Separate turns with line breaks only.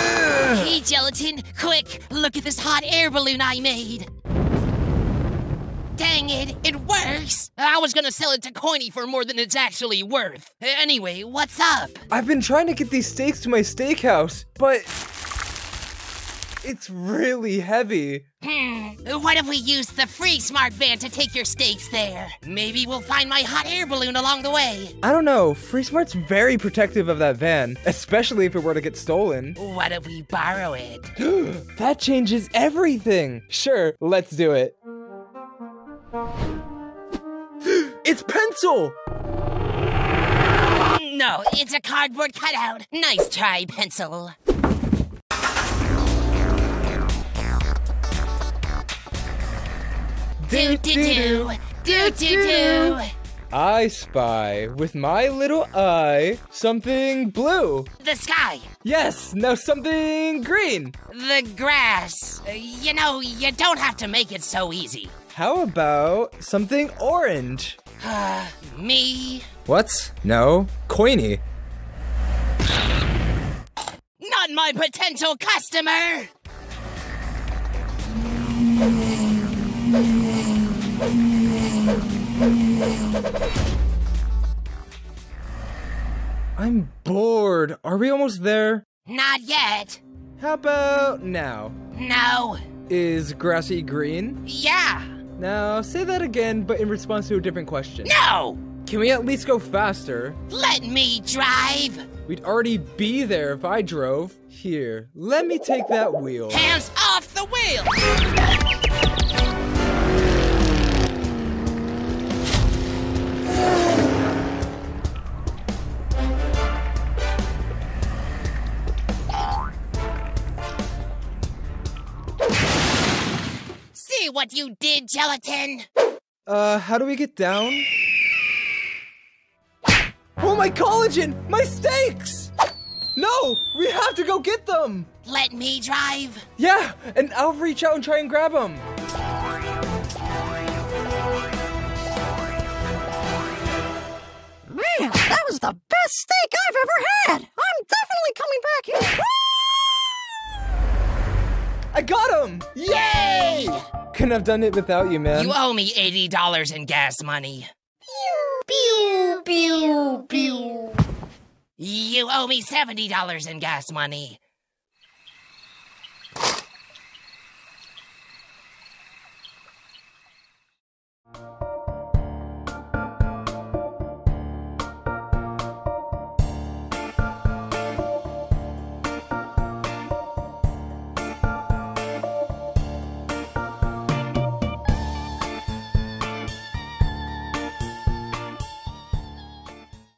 Hey, Gelatin, quick, look at this hot air balloon I made. Dang it, it works! I was gonna sell it to Coiny for more than it's actually worth. Anyway, what's up?
I've been trying to get these steaks to my steakhouse, but it's really heavy.
Hmm, what if we use the free smart van to take your steaks there? Maybe we'll find my hot air balloon along the way.
I don't know. Free Smart's very protective of that van, especially if it were to get stolen.
What if we borrow it?
That changes everything. Sure, let's do it. it's pencil.
No, it's a cardboard cutout. Nice try, pencil. Do do do. Do do do.
I spy with my little eye something blue.
The sky.
Yes, now something green.
The grass. Uh, You know, you don't have to make it so easy.
How about something orange?
Me?
What? No, coiny.
Not my potential customer!
I'm bored. Are we almost there?
Not yet.
How about now?
No.
Is grassy green?
Yeah.
Now, say that again, but in response to a different question.
No!
Can we at least go faster?
Let me drive!
We'd already be there if I drove. Here, let me take that wheel.
Hands off the wheel! See what you did, Gelatin?
Uh, how do we get down? Oh, my collagen! My steaks! No! We have to go get them!
Let me drive.
Yeah, and I'll reach out and try and grab them.
Man, that was the best steak I've ever had. I'm definitely coming back here.
I got them!
Yay!
Couldn't have done it without you, man.
You owe me $80 in gas money.
Pew, pew, pew.
You owe me $70 in gas money.